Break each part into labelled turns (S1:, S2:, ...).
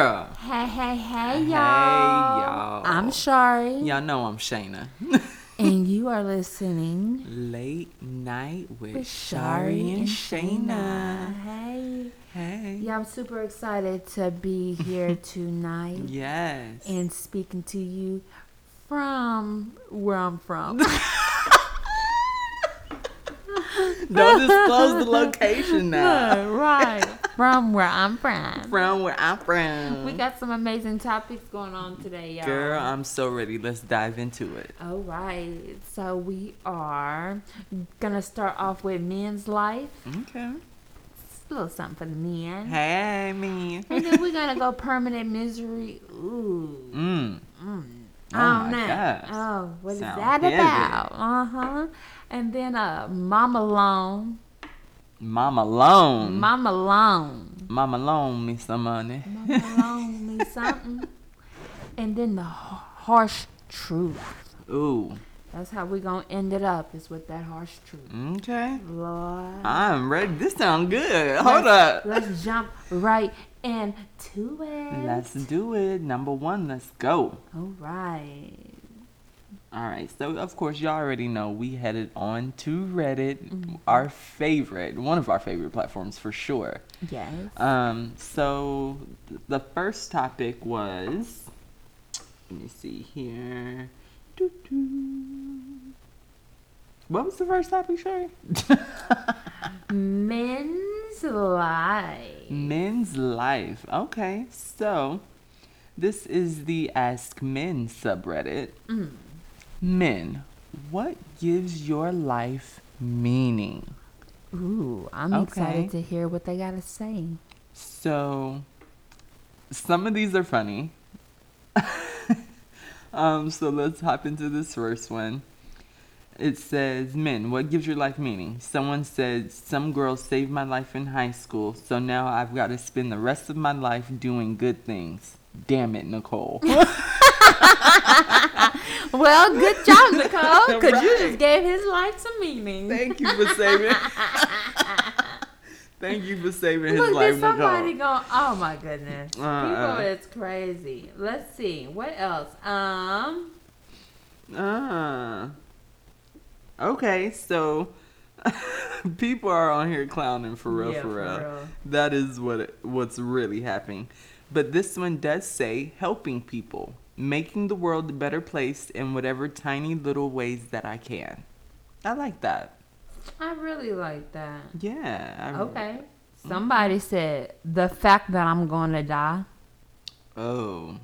S1: Hey, hey, hey, y'all.
S2: y'all.
S1: I'm Shari.
S2: Y'all know I'm Shayna.
S1: And you are listening
S2: Late night with,
S1: with
S2: Shari and, Shayna.
S1: Hey.
S2: Hey.
S1: Yeah, I'm super excited to be here tonight
S2: Yes.
S1: and speaking to you from where I'm from.
S2: Don't disclose the location now.
S1: right. From where I'm from.
S2: From where I'm from.
S1: We got some amazing topics going on today, y'all.
S2: Girl, I'm so ready. Let's dive into it.
S1: All right. So we are going to start off with men's life.
S2: Okay.
S1: It's a little something for the men.
S2: Hey, me.
S1: And then we're gonna go permanent misery. Ooh.
S2: Mm. Oh
S1: I don't
S2: my
S1: know.
S2: gosh.
S1: Oh, what is
S2: Sound
S1: that
S2: heavy.
S1: about? Uh huh. And then uh, Mom Alone.
S2: Mama Lone.
S1: Mom Alone.
S2: Mama Lone me some money.
S1: Mom Alone means something. And then the har- harsh truth.
S2: Ooh.
S1: That's how we gonna end it up. Is with that harsh truth.
S2: Okay.
S1: Lord.
S2: I'm ready. This sound good.
S1: Let's-
S2: Hold up.
S1: Let's jump right into it.
S2: Let's do it. Number one, let's go.
S1: All right.
S2: All right. So, of course, y'all already know we headed on to Reddit, our favorite, one of our favorite platforms for sure.
S1: Yes.
S2: Um, so, th- the first topic was let me see here. Doo-doo. What was the first topic, Sherry?
S1: Men's life.
S2: Men's life. Okay, so this is the Ask Men subreddit. Men, what gives your life meaning?
S1: Ooh, I'm
S2: Okay.
S1: excited to hear what they gotta say.
S2: So, some of these are funny. um, so let's hop into this first one. It says, "Men, what gives your life meaning?" Someone said, "Some girl saved my life in high school, so now I've got to spend the rest of my life doing good things." Damn it, Nicole.
S1: Well, good job, Nicole, because you
S2: Right.
S1: just gave his life some meaning.
S2: Thank you for saving. Thank you for saving his
S1: Look,
S2: life,
S1: there's somebody
S2: Nicole.
S1: going. Oh my goodness,
S2: Uh-uh.
S1: people is crazy. Let's see what else. Um,
S2: Ah. Okay, so people are on here clowning for real,
S1: Yeah,
S2: for
S1: for
S2: real.
S1: real.
S2: That is what it, what's really happening. But this one does say helping people, making the world a better place in whatever tiny little ways that I can. I like that.
S1: I really like that.
S2: Yeah. I-
S1: Okay, somebody said the fact that I'm gonna die,
S2: Oh.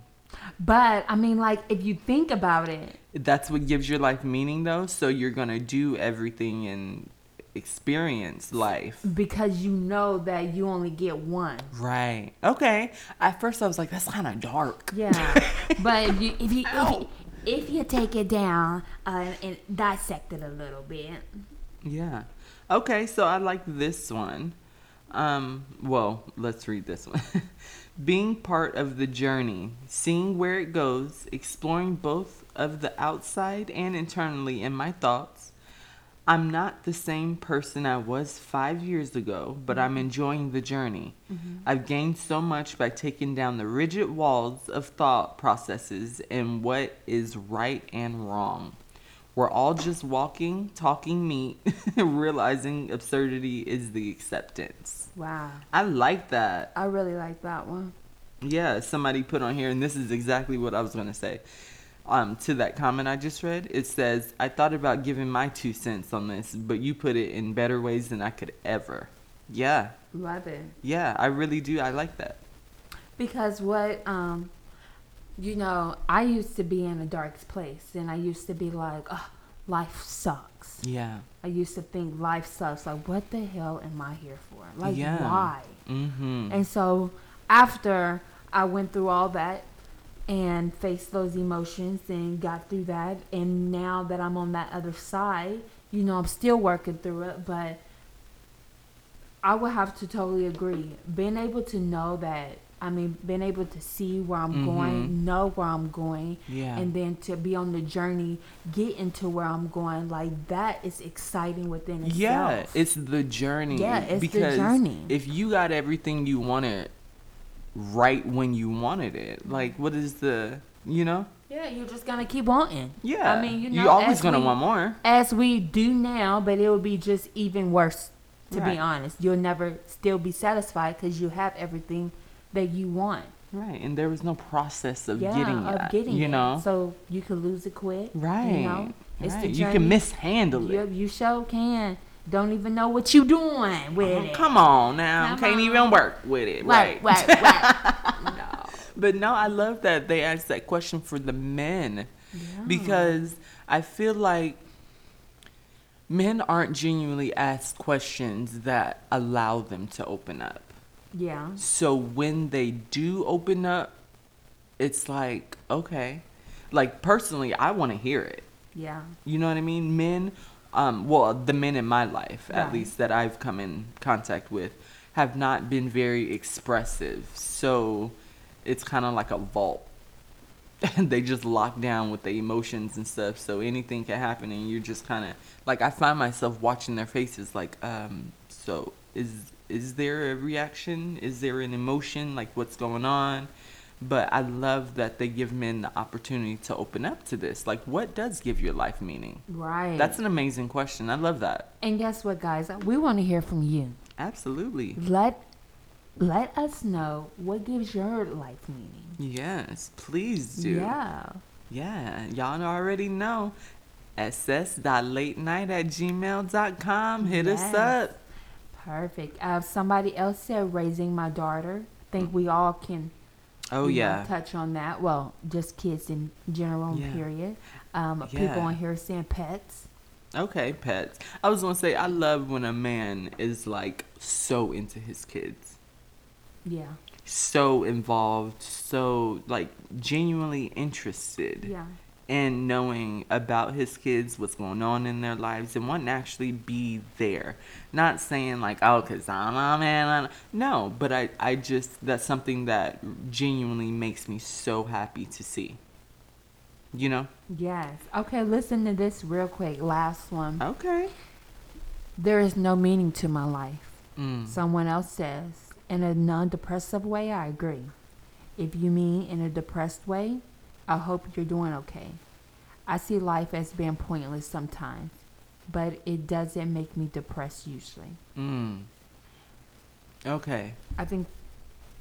S1: but I mean, like, if you think about it,
S2: that's what gives your life meaning though so you're gonna do everything and experience life
S1: because you know that you only get one.
S2: right okay at first i was like that's kind of dark
S1: Yeah, but if you if you if,
S2: Ow.
S1: you- if you take it down uh, and dissect it a little bit,
S2: yeah okay so i like this one um well let's read this one being part of the journey seeing where it goes exploring both of the outside and internally in my thoughts I'm not the same person I was five years ago, but I'm enjoying the journey. I've gained so much by taking down the rigid walls of thought processes and what is right and wrong. We're all just walking, talking meat, realizing absurdity is the acceptance.
S1: wow,
S2: I like that.
S1: I really like that one.
S2: Yeah, somebody put on here, and this is exactly what I was going to say. Um, to that comment I just read, it says, I thought about giving my two cents on this, but you put it in better ways than I could ever. Yeah,
S1: Love it
S2: yeah, I really do. I like that.
S1: because what um, you know, I used to be in a dark place, and I used to be like, oh, life sucks.
S2: Yeah.
S1: I used to think life sucks. Like, what the hell am I here for? Like,
S2: Yeah.
S1: why?
S2: Mm hmm.
S1: And so after I went through all that and faced those emotions and got through that, and now that I'm on that other side, you know, I'm still working through it, but I would have to totally agree. Being able to know that, I mean, being able to see where I'm going, know where I'm going,
S2: Mm-hmm. Yeah.
S1: and then to be on the journey, getting to where I'm going, like that is exciting within itself.
S2: Yeah, it's the journey.
S1: Yeah, it's the
S2: because
S1: journey.
S2: If you got everything you wanted right when you wanted it. Like, what is the, you know?
S1: Yeah, you're just gonna keep wanting.
S2: Yeah.
S1: I mean, you know,
S2: you're always
S1: as
S2: gonna
S1: we-
S2: want more.
S1: as we do now, but it would be just even worse. To
S2: Right.
S1: be honest, you'll never still be satisfied because you have everything that you want.
S2: Right. And there was no process of
S1: yeah,
S2: getting
S1: of
S2: that,
S1: getting
S2: you
S1: it.
S2: know?
S1: So you could lose it quick.
S2: right.
S1: You know, it's
S2: right.
S1: the
S2: You
S1: journey.
S2: can mishandle it.
S1: You, you sure can. Don't even know what you doing with
S2: Oh,
S1: it.
S2: come on now.
S1: Come
S2: Can't
S1: on.
S2: even work with it.
S1: Right, right, right. no.
S2: But no, I love that they asked that question for the men because I feel like men aren't genuinely asked questions that allow them to open up.
S1: Yeah.
S2: So when they do open up, it's like, okay. Like personally, I want to hear it.
S1: Yeah.
S2: You know what I mean? Men, um, well, the men in my life, at
S1: Right.
S2: least that I've come in contact with, have not been very expressive. So it's kind of like a vault. they just lock down with their emotions and stuff. So anything can happen, and you're just kind of like, I find myself watching their faces like, um, so is. Is there a reaction? Is there an emotion? Like, what's going on? But I love that they give men the opportunity to open up to this. Like, what does give your life meaning?
S1: Right.
S2: That's an amazing question. I love that.
S1: and guess what, guys? We want to hear from you.
S2: Absolutely.
S1: Let let us know what gives your life meaning.
S2: Yes, please do.
S1: Yeah.
S2: Yeah, y'all already know. SS.latenight at gmail.com. Hit us
S1: Yes.
S2: up.
S1: Perfect. Uh, somebody else said raising my daughter. think we all can
S2: Oh,
S1: you know,
S2: yeah.
S1: touch on that. Well, just kids in general,
S2: Yeah.
S1: period. Um,
S2: Yeah.
S1: People on here saying pets.
S2: Okay, pets. I was going to say, I love when a man is like so into his kids.
S1: Yeah.
S2: so involved, so like genuinely interested
S1: Yeah.
S2: in knowing about his kids, what's going on in their lives, and wanting to actually be there. Not saying like, oh, cause I'm a man. I'm-" No, but I, I just that's something that genuinely makes me so happy to see. You know?
S1: Yes. Okay, listen to this real quick. Last one.
S2: Okay.
S1: There is no meaning to my life.
S2: Mm.
S1: Someone else says, in a non depressive way, I agree. If you mean in a depressed way, I hope you're doing okay. I see life as being pointless sometimes, but it doesn't make me depressed usually.
S2: Mm. Okay.
S1: I think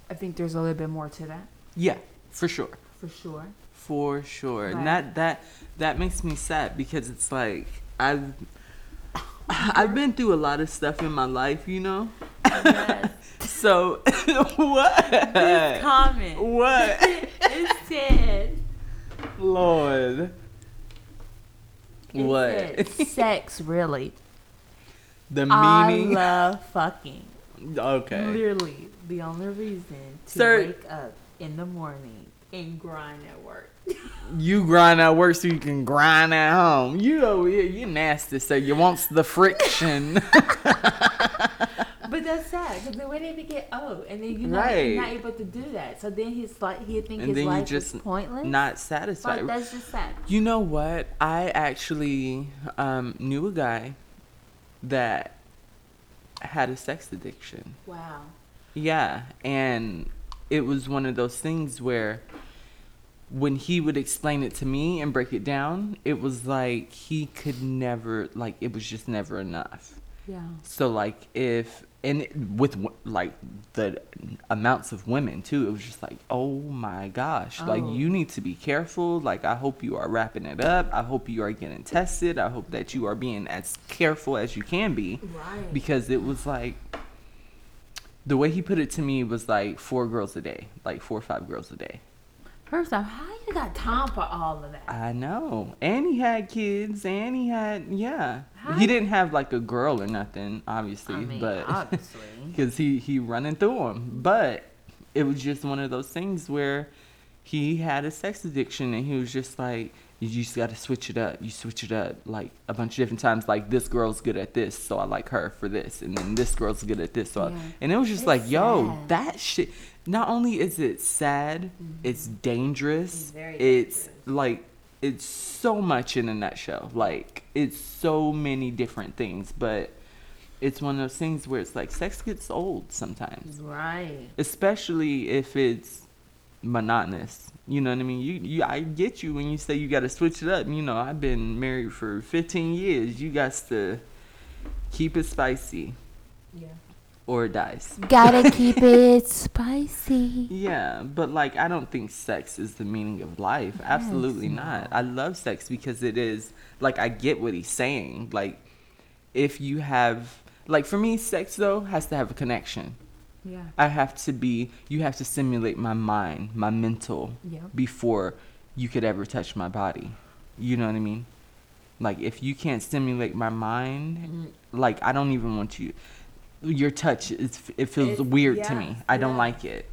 S1: I think there's a little bit more to that
S2: Yeah, for sure.
S1: for sure.
S2: for sure and
S1: Right.
S2: that that that makes me sad because it's like i've i've been through a lot of stuff in my life you know
S1: Yes.
S2: so what
S1: comment.
S2: what
S1: It's said.
S2: lord what
S1: sex really.
S2: the
S1: I
S2: meaning
S1: love fucking.
S2: okay
S1: Literally, the only reason to
S2: Sir-
S1: wake up in the morning and grind at work.
S2: you grind at work so you can grind at home you over here you nasty so you wants the friction
S1: But that's sad because then when they get old and then you're not, you're not
S2: Right.
S1: able to do that, so then his like he think
S2: And
S1: his
S2: then you
S1: life
S2: just
S1: is pointless.
S2: not
S1: like
S2: satisfied
S1: that's just sad.
S2: You know what? I actually um, knew a guy that had a sex addiction.
S1: Wow.
S2: Yeah, and it was one of those things where when he would explain it to me and break it down, it was like he could never like it was just never enough.
S1: Yeah.
S2: So like if and it- with wo- like the amounts of women too, it was just like oh my gosh, like
S1: Oh.
S2: you need to be careful. Like I hope you are wrapping it up. I hope you are getting tested. I hope that you are being as careful as you can be,
S1: Right.
S2: because it was like the way he put it to me was like four girls a day, like four or five girls a day.
S1: First off, how you got time for all of that?
S2: I know. And he had kids, and he had yeah.
S1: How-
S2: He didnn't have like a girl or nothing, obviously,
S1: I mean,
S2: but.
S1: obviously.
S2: because he he running through them. But it was just one of those things where he had a sex addiction, and he was just like, "You just got to switch it up. You switch it up like a bunch of different times. Like this girl's good at this, so I like her for this, and then this girl's good at this, so." I,
S1: Yeah.
S2: and it was just
S1: It's
S2: like,
S1: sad.
S2: "Yo,
S1: Mm-hmm.
S2: that shit." Not only is it sad, it's dangerous.
S1: It's very
S2: it's like it's so much in a nutshell. Like it's so many different things, but it's one of those things where it's like sex gets old sometimes,
S1: Right.
S2: especially if it's monotonous. You know what I mean? You, you, I get you when you say you got to switch it up. You know, I've been married for 15 years. You got to keep it spicy
S1: Yeah.
S2: or it dies.
S1: Gotta keep it spicy.
S2: Yeah, but like I don't think sex is the meaning of life. Absolutely not. I love sex because it is like I get what he's saying. Like if you have like for me sex though has to have a connection.
S1: Yeah.
S2: I have to be you have to stimulate my mind, my mental
S1: Yep.
S2: before you could ever touch my body. You know what I mean? Like if you can't stimulate my mind,
S1: Mm-hmm.
S2: like I don't even want you. Your touch is it feels
S1: It-
S2: weird to
S1: yeah,
S2: me. I don't
S1: yeah.
S2: like it.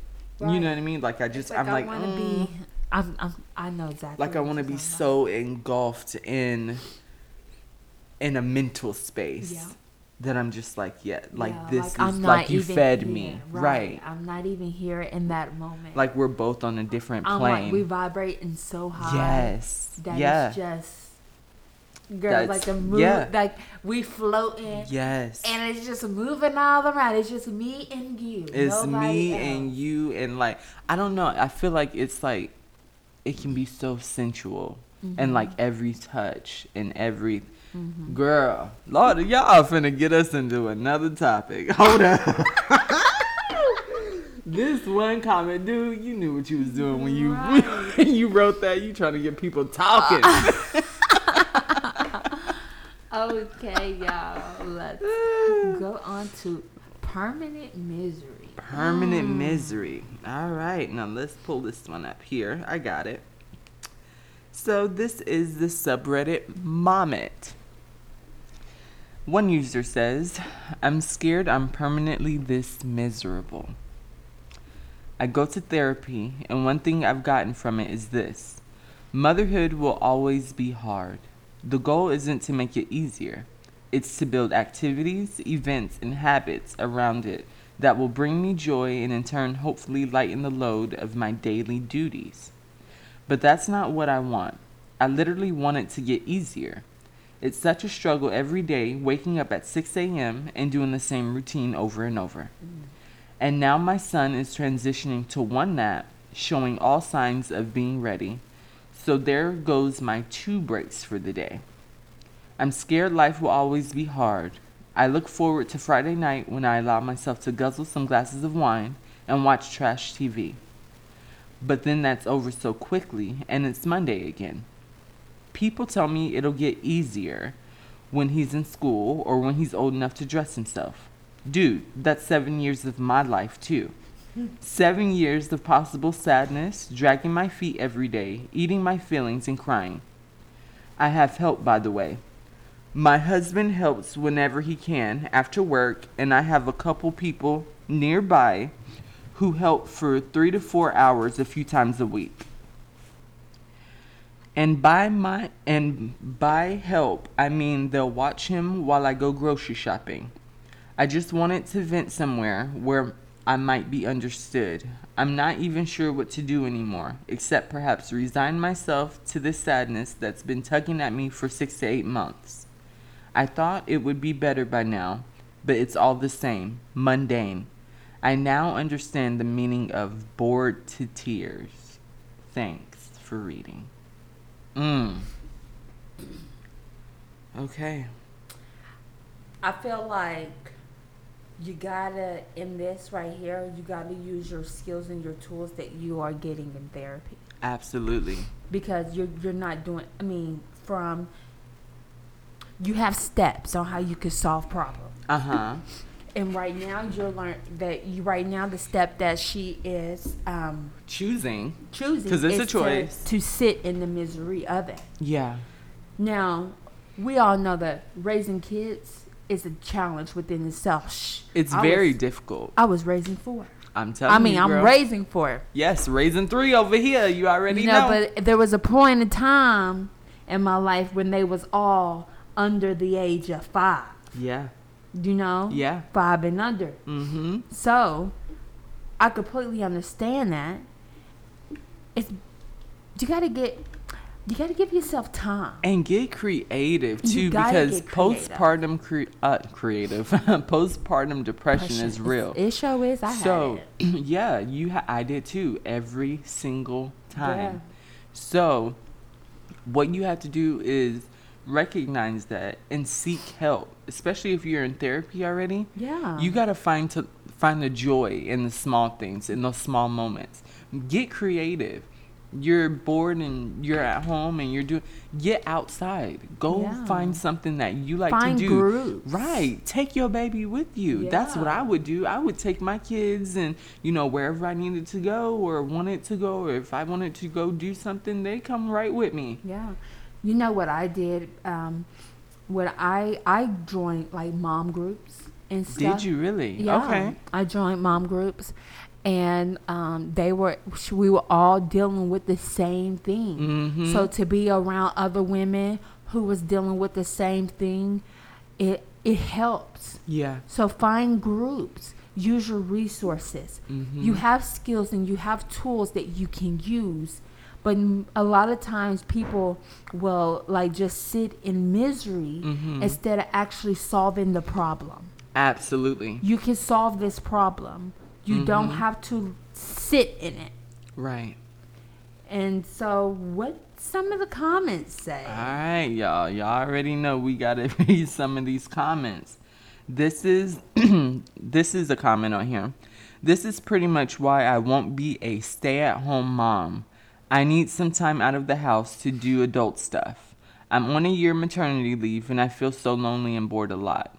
S2: You
S1: Right.
S2: know what I mean? Like I just I'm like
S1: I want to
S2: mm,
S1: be. I'm, I'm, I know exactly.
S2: like I
S1: what
S2: want to
S1: you're
S2: be
S1: talking about.
S2: so engulfed in in a mental space
S1: Yeah.
S2: that I'm just like yeah, like
S1: Yeah,
S2: this
S1: I'm
S2: is
S1: not
S2: like you
S1: even
S2: fed
S1: here.
S2: me, right.
S1: I'm not even here in that moment.
S2: Like we're both on a different
S1: I'm
S2: plane.
S1: like we vibrating so high.
S2: yes.
S1: That is
S2: yeah.
S1: just girl.
S2: That's-
S1: like the move.
S2: yeah.
S1: Like we floating.
S2: yes.
S1: And it's just moving all around. It's just me and you.
S2: it's
S1: Nobody
S2: me
S1: else.
S2: and you and like I don't know. I feel like it's like it can be so sensual and like
S1: Mm-hmm.
S2: every touch and every girl. Lord, y'all finna get us into another topic. Hold up. this one comment, dude, you knew what you was doing when you
S1: Right.
S2: you wrote that. You trying to get people talking.
S1: Okay, y'all. Let's go on to permanent misery.
S2: Permanent misery. All right, now let's pull this one up here. I got it. So this is the subreddit Momit. One user says, I'm scared I'm permanently this miserable. I go to therapy, and one thing I've gotten from it is this motherhood will always be hard. The goal isn't to make it easier, it's to build activities, events, and habits around it that will bring me joy and in turn hopefully lighten the load of my daily duties. But that's not what I want. I literally want it to get easier. It's such a struggle every day waking up at 6 a.m. and doing the same routine over and over. And now my son is transitioning to one nap, showing all signs of being ready. So there goes my two breaks for the day. I'm scared life will always be hard. I look forward to Friday night when I allow myself to guzzle some glasses of wine and watch trash TV. But then that's over so quickly, and it's Monday again. People tell me it'll get easier when he's in school or when he's old enough to dress himself. Dude, that's seven years of my life, too. Seven years of possible sadness, dragging my feet every day, eating my feelings, and crying. I have help, by the way. My husband helps whenever he can after work, and I have a couple people nearby who help for three to four hours a few times a week. And by my and by help, I mean they'll watch him while I go grocery shopping. I just wanted to vent somewhere where I might be understood. I'm not even sure what to do anymore, except perhaps resign myself to this sadness that's been tugging at me for 6 to 8 months. I thought it would be better by now, but it's all the same, mundane. I now understand the meaning of bored to tears. Thanks for reading. Mm. Okay.
S1: I feel like you gotta in this right here. You gotta use your skills and your tools that you are getting in therapy
S2: Absolutely.
S1: because you're you're not doing. I mean, from you have steps on how you could solve problems.
S2: Uh huh.
S1: And right now, you're learn that you right now the step that she is um,
S2: Choosing.
S1: choosing
S2: 'Cause it's a
S1: is to-
S2: choice.
S1: to sit in the misery of it.
S2: Yeah.
S1: Now, we all know that raising kids is a challenge within itself. Shh.
S2: It's
S1: I
S2: very
S1: Was,
S2: difficult.
S1: I was raising four.
S2: I'm telling
S1: I mean,
S2: you.
S1: I'm
S2: girl.
S1: raising four.
S2: Yes, raising three over here. You already
S1: You know,
S2: know.
S1: but there was a point in time in my life when they was all under the age of five.
S2: yeah.
S1: You know,
S2: Yeah.
S1: five and under.
S2: Mm hmm.
S1: So, I completely understand that. It's you got to get You got to give yourself time.
S2: And get creative
S1: You
S2: too,
S1: gotta
S2: because
S1: get creative.
S2: postpartum cre- uh, creative, postpartum depression is real.
S1: It sure is. I
S2: so
S1: had it.
S2: yeah, you ha- I did too every single time.
S1: Yeah.
S2: So what you have to do is recognize that and seek help, especially if you're in therapy already.
S1: Yeah.
S2: You gotta find to find the joy in the small things, in those small moments. Get creative. You're bored and you're at home and you're doing. Get outside. Go
S1: Yeah.
S2: find something that you like
S1: Find
S2: to do.
S1: groups.
S2: Right. Take your baby with you. That's what
S1: Yeah.
S2: I would do. I would take my kids and you know wherever I needed to go or wanted to go or if I wanted to go do something, they come right with me.
S1: Yeah. You know what I did? Um, when I I joined like mom groups and stuff.
S2: Did you really?
S1: Yeah.
S2: Okay.
S1: I joined mom groups, and um, they were sh- we were all dealing with the same thing.
S2: Mhm.
S1: So to be around other women who was dealing with the same thing, it it helps.
S2: Yeah.
S1: So find groups. Use your resources.
S2: Mm-hmm.
S1: You have skills and you have tools that you can use. But m- a lot of times people will like just sit in misery
S2: Mm-hmm.
S1: instead of actually solving the problem.
S2: Absolutely.
S1: You can solve this problem. You don't
S2: Mm-hmm.
S1: have to sit in it.
S2: Right.
S1: And so what some of the comments say.
S2: All right, y'all. Y'all already know we gotta read some of these comments. This is this is a comment on here. This is pretty much why I won't be a stay-at-home mom. I need some time out of the house to do adult stuff. I'm on a year maternity leave and I feel so lonely and bored a lot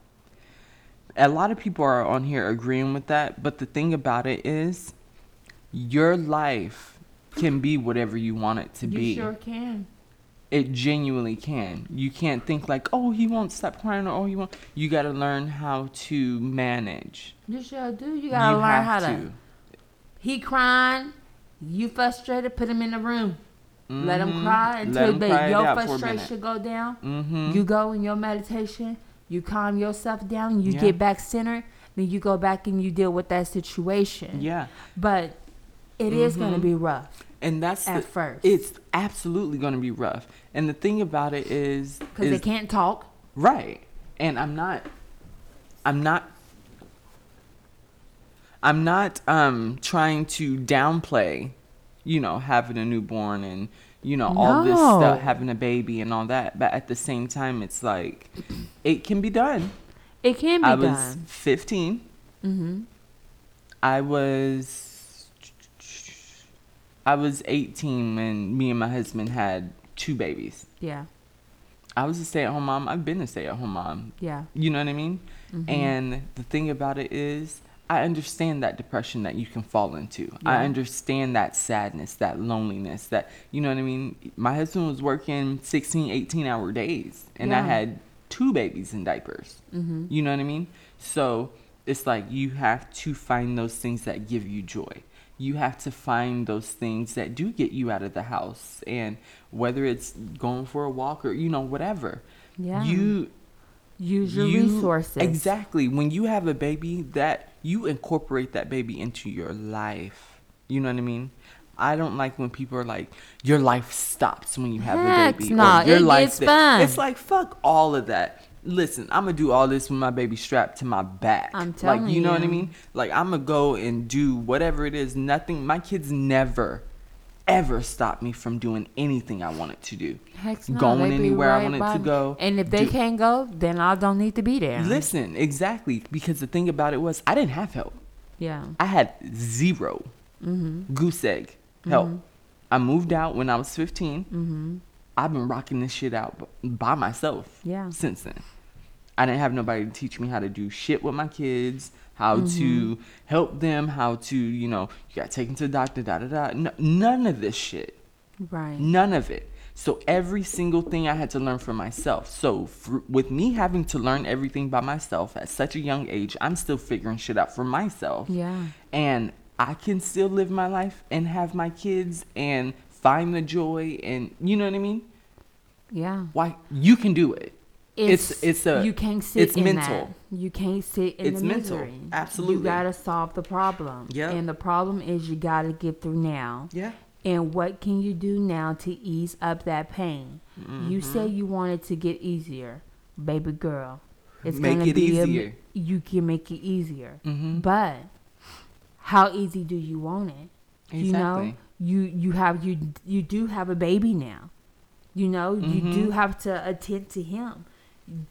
S2: a lot of people are on here agreeing with that, but the thing about it is your life can be whatever you want it to
S1: you
S2: be.
S1: sure can.
S2: It genuinely can. You can't think like, "Oh, he won't stop crying," or "Oh, he won't." You got to learn how to manage.
S1: You sure do. You gotta
S2: You
S1: learn
S2: have
S1: how to. He crying, you frustrated, put him in the room. Let him cry
S2: Mm-hmm.
S1: until
S2: Let him
S1: they,
S2: cry it
S1: your
S2: out for a minute.
S1: frustration go down.
S2: Mhm.
S1: You go in your meditation, you calm yourself down, you
S2: Yeah.
S1: get back centered, then you go back and you deal with that situation.
S2: Yeah. Mm-hmm.
S1: But it is gonna be rough
S2: And that's
S1: At
S2: the-
S1: first.
S2: It's absolutely going to be rough. And the thing about it is
S1: because they
S2: is-
S1: can't talk.
S2: Right. And I'm not I'm not I'm not um trying to downplay, you know, having a newborn and you know all this
S1: No.
S2: stuff, having a baby and all that. But at the same time, it's like it can be done.
S1: It can be
S2: I
S1: done. Mm-hmm.
S2: was 15. I was I was 18 when me and my husband had two babies.
S1: Yeah,
S2: I was a stay-at-home mom. I've been a stay-at-home mom.
S1: yeah, Mm-hmm.
S2: You know what I mean? And the thing about it is, I understand that depression that you can fall into. I
S1: Yeah.
S2: understand that sadness, that loneliness, that, you know what I mean? My husband was working 16, 18 hour days, and I
S1: Yeah. Mm-hmm.
S2: had two babies in diapers. You know what I mean? So it's like you have to find those things that give you joy. You have to find those things that do get you out of the house, and whether it's going for a walk or, you know, whatever.
S1: yeah.
S2: You
S1: use your
S2: you-
S1: resources.
S2: Exactly. When you have a baby, that you incorporate that baby into your life. You know what I mean? I don't like when people are like, your life stops when you have a
S1: Heck
S2: baby. or
S1: no,
S2: your
S1: it
S2: life
S1: gets
S2: thi-"
S1: fun.
S2: It's like fuck all of that. Listen, I'm gonna do all this when my baby's strapped to my back.
S1: I'm
S2: like,
S1: telling
S2: you know what I
S1: you.
S2: mean? Like I'm gonna go and do whatever it is. Nothing. My kids never, ever stop me from doing anything I wanted to do.
S1: Heck no,
S2: going
S1: they be
S2: anywhere I
S1: right
S2: wanted
S1: by
S2: to
S1: me.
S2: go.
S1: And if they
S2: do-
S1: can't go, then I don't need to be there.
S2: Listen, exactly. Because the thing about it was, I didn't have help.
S1: Yeah.
S2: I had 0 goose egg help. I moved out when I was 15. I've been rocking this shit out b- by myself
S1: Yeah.
S2: since then. I didn't have nobody to teach me how to do shit with my kids, how to help them, how to, you know, you got to take them to the doctor, da da da. No, none of this shit.
S1: Right.
S2: None of it. So every single thing I had to learn for myself. So for, with me having to learn everything by myself at such a young age, I'm still figuring shit out for myself.
S1: Yeah.
S2: And I can still live my life and have my kids and find the joy and you know what I mean?
S1: Yeah.
S2: Why you can do it. It's it's, a
S1: you can't sit
S2: it's
S1: in
S2: mental.
S1: that. You can't sit in
S2: It's
S1: the
S2: mental.
S1: misery.
S2: Absolutely.
S1: You gotta solve the problem.
S2: Yep.
S1: And the problem is you gotta get through now.
S2: Yeah.
S1: And what can you do now to ease up that pain?
S2: Mm-hmm.
S1: You said you wanted to get easier, baby girl.
S2: Make
S1: gonna
S2: it
S1: be a-
S2: easier.
S1: you can make it easier,
S2: Mhm.
S1: but how easy do you want it? You know,
S2: Exactly.
S1: you you have you you do have a baby now. You know, you
S2: Mm-hmm.
S1: do have to attend to him.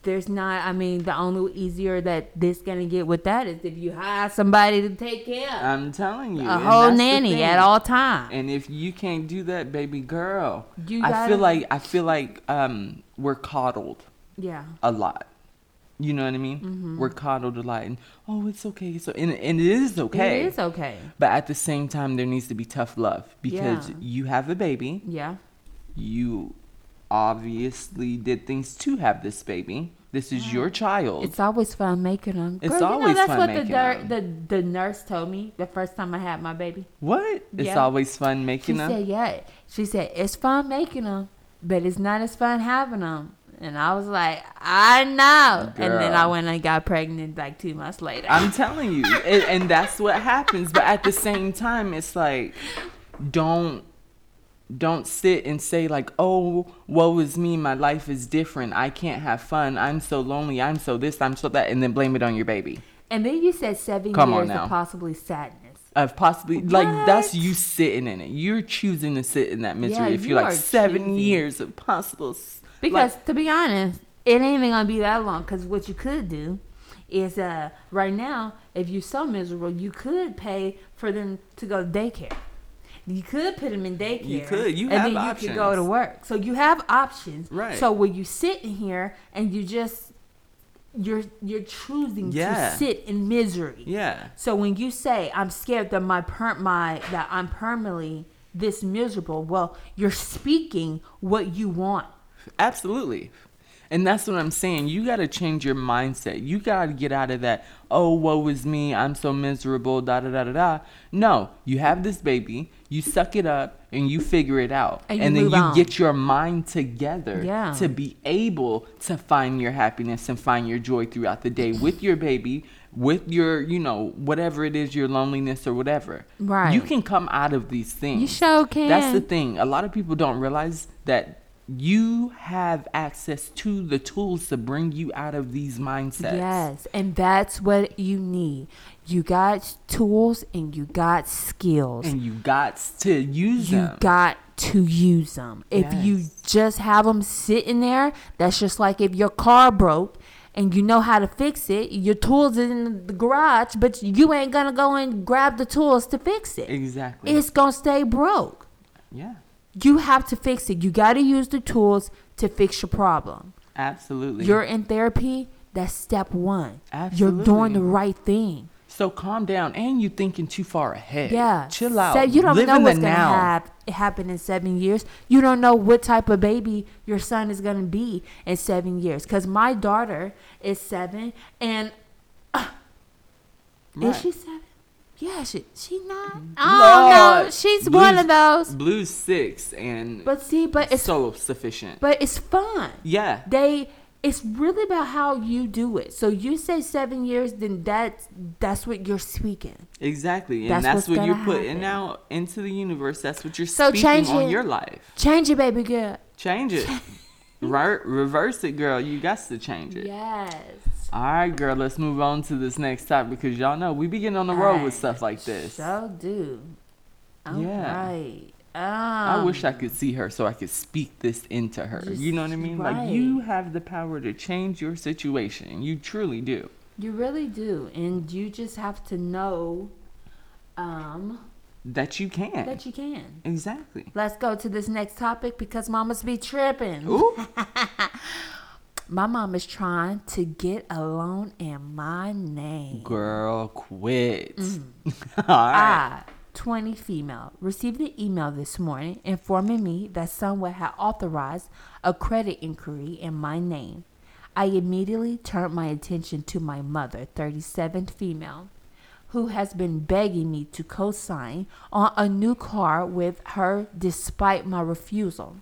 S1: There's not. I mean, the only easier that this gonna get with that is if you hire somebody to take care. of
S2: I'm telling you,
S1: a
S2: and
S1: whole
S2: that's the
S1: nanny at
S2: thing.
S1: all times.
S2: And if you can't do that, baby girl,
S1: You
S2: I
S1: gotta-
S2: feel like I feel like um, we're coddled
S1: yeah.
S2: a lot. You know what I mean?
S1: Mm-hmm.
S2: We're coddled a lot, and oh, it's okay. So and, and it is okay.
S1: It is okay.
S2: But at the same time, there needs to be tough love because
S1: Yeah.
S2: you have a baby.
S1: Yeah.
S2: You obviously did things to have this baby. This is your child.
S1: It's always fun making them.
S2: It's
S1: Girl, you know,
S2: always
S1: that's
S2: fun
S1: what the,
S2: making
S1: dur- the the nurse told me the first time I had my baby.
S2: what? It's
S1: Yeah.
S2: always fun
S1: She
S2: making them.
S1: said, "Yeah." She said, "It's fun making them, but it's not as fun having them." And I was like, "I know." And then I
S2: Girl.
S1: went and got pregnant like two months later.
S2: I'm telling you, and, and that's what happens. But at the same time, it's like, don't don't sit and say like, oh, woe is me, my life is different. I can't have fun. I'm so lonely. I'm so this. I'm so that, and then blame it on your baby.
S1: and then you said seven
S2: Come on
S1: years
S2: now.
S1: of possibly sadness.
S2: Of possibly like that's
S1: What?
S2: you sitting in it. You're choosing to sit in that misery.
S1: Yeah,
S2: if you're
S1: you
S2: like
S1: are
S2: seven
S1: choosing.
S2: years of possible, s-
S1: Because
S2: like,
S1: to be honest, it ain't even gonna be that long. Because what you could do is, uh, right now, if you're so miserable, you could pay for them to go to daycare. You could put them in daycare.
S2: You could. You
S1: and
S2: have
S1: then you could go to
S2: options.
S1: work. So you have options.
S2: Right.
S1: So when you sit in here and you just you're you're choosing
S2: Yeah.
S1: to sit in misery.
S2: yeah,
S1: So when you say I'm scared that my per- my that I'm permanently this miserable, well, you're speaking what you want.
S2: Absolutely. And that's what I'm saying. You got to change your mindset. You got to get out of that, oh, woe is me. I'm so miserable, da da da da da. No, you have this baby, you suck it up, and you figure it out.
S1: And you
S2: then
S1: move
S2: you
S1: on.
S2: get your mind together
S1: Yeah.
S2: to be able to find your happiness and find your joy throughout the day with your baby, with your, you know, whatever it is, your loneliness or whatever.
S1: Right.
S2: You can come out of these things.
S1: sure
S2: That's the
S1: can.
S2: thing. A lot of people don't realize that you have access to the tools to bring you out of these mindsets.
S1: Yes, and that's what you need. You got tools and you got skills.
S2: And you got to use
S1: you
S2: them.
S1: got to use them. If you
S2: Yes.
S1: just have them sitting there, that's just like if your car broke and you know how to fix it, your tools is in the garage, but you ain't going to go and grab the tools to fix it.
S2: exactly.
S1: It's going to stay broke.
S2: yeah.
S1: You have to fix it. You got to use the tools to fix your problem.
S2: Absolutely.
S1: You're in therapy, that's step 1. You're doing
S2: Absolutely.
S1: the right thing.
S2: so calm down and you thinking too far ahead.
S1: Yeah.
S2: Chill out.
S1: So you don't
S2: Live
S1: know
S2: in
S1: what's
S2: the
S1: gonna
S2: now.
S1: hap- happen in seven years. You don't know what type of baby your son is gonna be in seven years. Cause my daughter is seven, and
S2: Right. Mm-hmm.
S1: is she seven? Yeah, she she not. I don't know.
S2: Lord,
S1: Oh, She's
S2: Blue's-
S1: one of those.
S2: Blue's six and
S1: But see, but it's
S2: so sufficient.
S1: but it's fun.
S2: yeah.
S1: They. It's really about how you do it. So you say seven years, then that's that's what you're speaking.
S2: Exactly. And
S1: That's
S2: that's,
S1: what's
S2: what
S1: gonna
S2: you're putting
S1: happen.
S2: out into the universe. That's what you're
S1: So
S2: speaking
S1: change
S2: on
S1: it.
S2: your life.
S1: Change it, baby girl.
S2: Change it. Re- reverse it, girl. You got to change it.
S1: Yes.
S2: All right, girl. Let's move on to this next topic because y'all know we be getting on the road with stuff like this.
S1: So do. All
S2: Yeah.
S1: right.
S2: I
S1: Um,
S2: wish I could see her so I could speak this into her.
S1: Just-
S2: you know what I mean?
S1: right.
S2: Like you have the power to change your situation. You truly do.
S1: you really do, and you just have to know um,
S2: That you can.
S1: that you can.
S2: exactly.
S1: Let's go to this next topic because mamas be tripping.
S2: Ooh.
S1: My mom is trying to get a loan in my name.
S2: Girl, quit.
S1: Mm.
S2: All right.
S1: I, 20 Ah, female, received an email this morning informing me that someone had authorized a credit inquiry in my name. I immediately turned my attention to my mother, 37 female, who has been begging me to co sign on a new car with her despite my refusal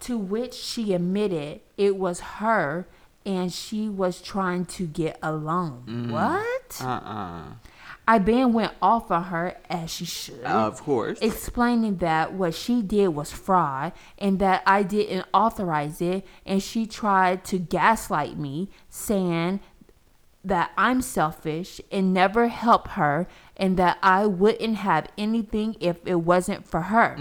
S1: to which she admitted it was her
S2: Mm.
S1: and she was trying to get a loan. What?
S2: Uh-uh.
S1: I then went off on her as she should.
S2: Of course.
S1: explaining that what she did was fraud and that I didn't authorize it. And she tried to gaslight me, saying that I'm selfish and never help her and that I wouldn't have anything if it wasn't for her.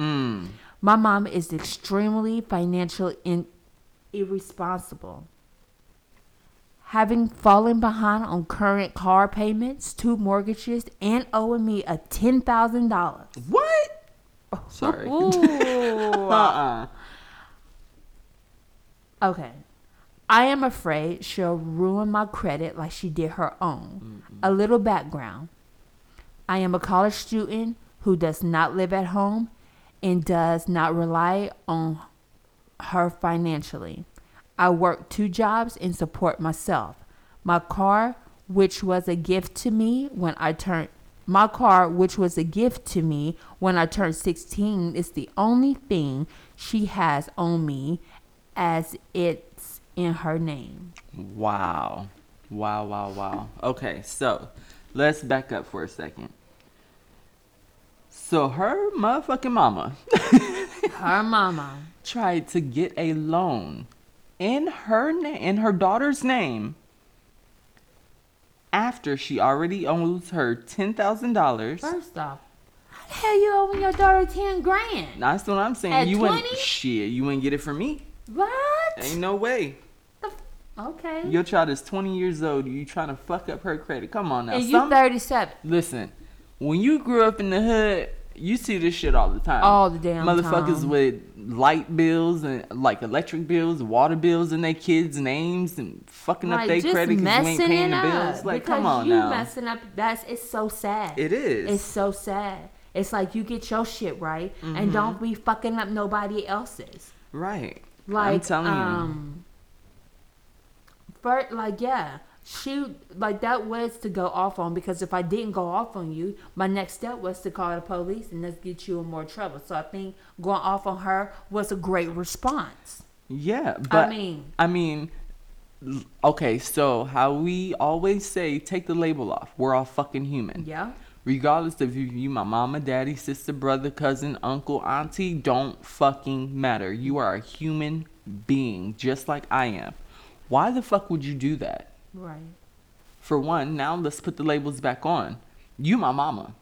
S1: My mom is extremely financially in- irresponsible. Having fallen behind on current car payments, two mortgages, and owing me a ten thousand dollars.
S2: what? Sorry.
S1: Oh. Ooh.
S2: Uh-uh.
S1: okay. I am afraid she'll ruin my credit like she did her own. A little background. I am a college student who does not live at home and does not rely on her financially. I work two jobs and support myself. My car, which was a gift to me when I turned my car, which was a gift to me when I turned 16, is the only thing she has on me as it's in her name.
S2: Wow. Wow, wow, wow. Okay, so let's back up for a second. So her motherfucking mama
S1: Her mama.
S2: tried to get a loan in her na- in her daughter's name after she already owes her $10,000.
S1: First off, how the hell you owing your daughter 10 grand?
S2: That's what I'm saying.
S1: At
S2: you wouldn't
S1: 20?
S2: shit, you wouldn't get it from me. Ain't
S1: What?
S2: no way.
S1: The f- okay.
S2: Your child is 20 years old. You trying to fuck up her credit. Come on now.
S1: and you
S2: Some-
S1: 37.
S2: Listen, when you grew up in the hood, you see this shit all the time.
S1: All the damn
S2: motherfuckers
S1: time.
S2: with light bills and like electric bills, water bills, and their kids' names and fucking up their credit because you ain't paying the bills. Like,
S1: because
S2: come on
S1: you
S2: now.
S1: messing up. That's it's so sad.
S2: It is.
S1: It's so sad. It's like you get your shit right
S2: Mm-hmm.
S1: and don't be fucking up nobody else's.
S2: right.
S1: Like
S2: I'm telling
S1: um, fir- like yeah, shoot, like that was to go off on because if I didn't go off on you, my next step was to call the police and let's get you in more trouble. So I think going off on her was a great response.
S2: you. Yeah, but I mean,
S1: mean-
S2: I mean, l- okay. So how we always say, take the label off. We're all fucking human.
S1: Yeah.
S2: Regardless of you, you, my mama, daddy, sister, brother, cousin, uncle, auntie, don't fucking matter. You are a human being, just like I am. Why the fuck would you do that?
S1: Right.
S2: For one, now let's put the labels back on. You, my mama.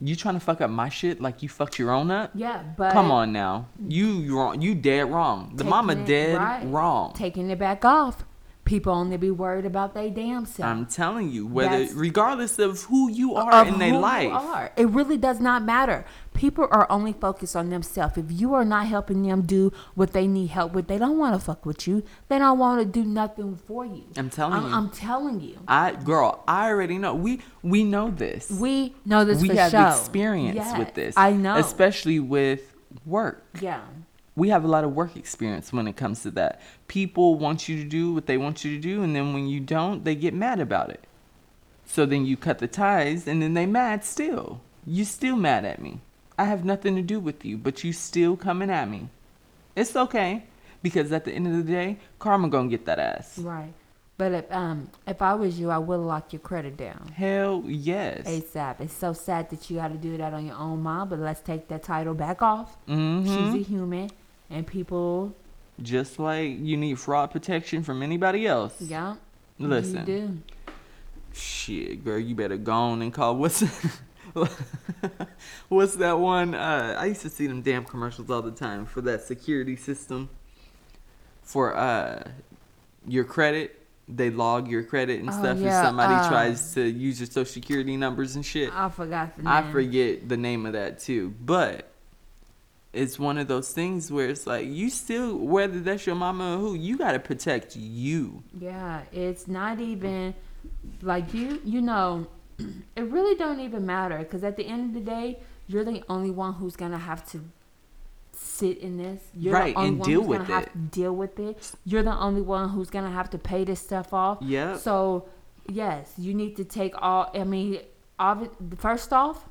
S2: You trying to fuck up my shit like you fucked your own up?
S1: Yeah, but
S2: Come on now. You you wrong. You dead wrong. The
S1: taking
S2: mama
S1: it-
S2: dead
S1: right.
S2: wrong.
S1: Taking it back off. People only be worried about they damn self.
S2: I'm telling you, whether
S1: That's-
S2: regardless of who you are
S1: of
S2: in their
S1: who you
S2: life.
S1: are. It really does not matter. People are only focused on themselves. If you are not helping them do what they need help with, they don't want to fuck with you. They don't want to do nothing for you.
S2: I'm telling
S1: I'm,
S2: you.
S1: I'm telling you.
S2: I girl, I already know. We we know this.
S1: We know this
S2: we
S1: for
S2: have
S1: sure.
S2: experience
S1: Yes,
S2: with this.
S1: I know.
S2: Especially with work.
S1: yeah.
S2: We have a lot of work experience when it comes to that. People want you to do what they want you to do and then when you don't, they get mad about it. So then you cut the ties and then they mad still. You still mad at me. I have nothing to do with you, but you still coming at me. It's okay. Because at the end of the day, karma gonna get that ass.
S1: Right. But if um if I was you, I would lock your credit down.
S2: Hell yes.
S1: ASAP. It's so sad that you got to do that on your own mom, but let's take that title back off.
S2: Mhm.
S1: She's a human, and people,
S2: Just like you need fraud protection from anybody else.
S1: yeah,
S2: Listen.
S1: you do.
S2: Shit, girl, you better go on and call what's what's that one? Uh, I used to see them damn commercials all the time for that security system for uh your credit. They log your credit and
S1: Oh,
S2: stuff,
S1: yeah,
S2: and somebody
S1: uh, Oh,
S2: tries to use your social security numbers and shit.
S1: I forgot the name.
S2: I forget the name of that too, but it's one of those things where it's like you still, whether that's your mama or who, you gotta protect you.
S1: Yeah, it's not even like you. You know, it really don't even matter because at the end of the day, you're the only one who's gonna have to sit in this. You're the
S2: Right,
S1: only
S2: and
S1: one
S2: deal
S1: who's
S2: with
S1: gonna have
S2: it.
S1: to deal with it. You're the only one who's gonna have to pay this stuff off.
S2: Yep.
S1: Oh, So yes, you need to take all. I mean, obvi- first off,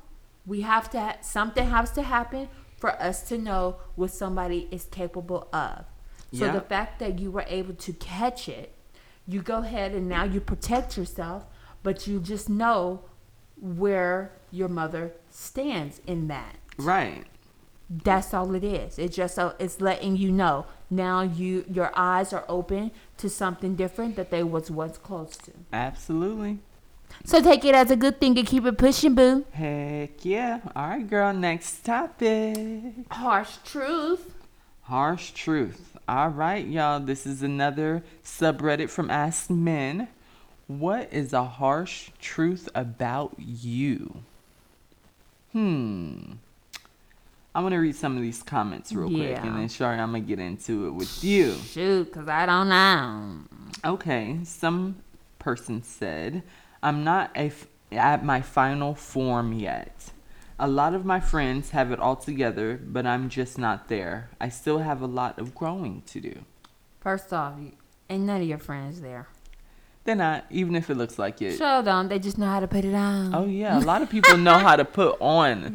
S1: we have to ha- something has to happen for us to know what somebody is capable of. So
S2: Yeah.
S1: the fact that you were able to catch it, you go ahead and now you protect yourself, but you just know where your mother stands in that.
S2: Right.
S1: That's all it is. It's just so it's letting you know now you your eyes are open to something different that they was once closed to.
S2: Absolutely.
S1: So take it as a good thing and keep it pushing, boo.
S2: Heck yeah. All right, girl. Next topic.
S1: Harsh truth.
S2: Harsh truth. All right, y'all. This is another subreddit from Ask Men. What is a harsh truth about you? Hmm. I want to read some of these comments real quick,
S1: Yeah.
S2: and then Shari, I'm gonna get into it with you.
S1: Shoot, cause I don't know.
S2: Okay, some person said, I'm not a f- at my final form yet. A lot of my friends have it all together, but I'm just not there. I still have a lot of growing to do.
S1: First off, you, ain't none of your friends there.
S2: They're not, even if it looks like it.
S1: Show them they just know how to put it on.
S2: Oh yeah, a lot of people know how to put on.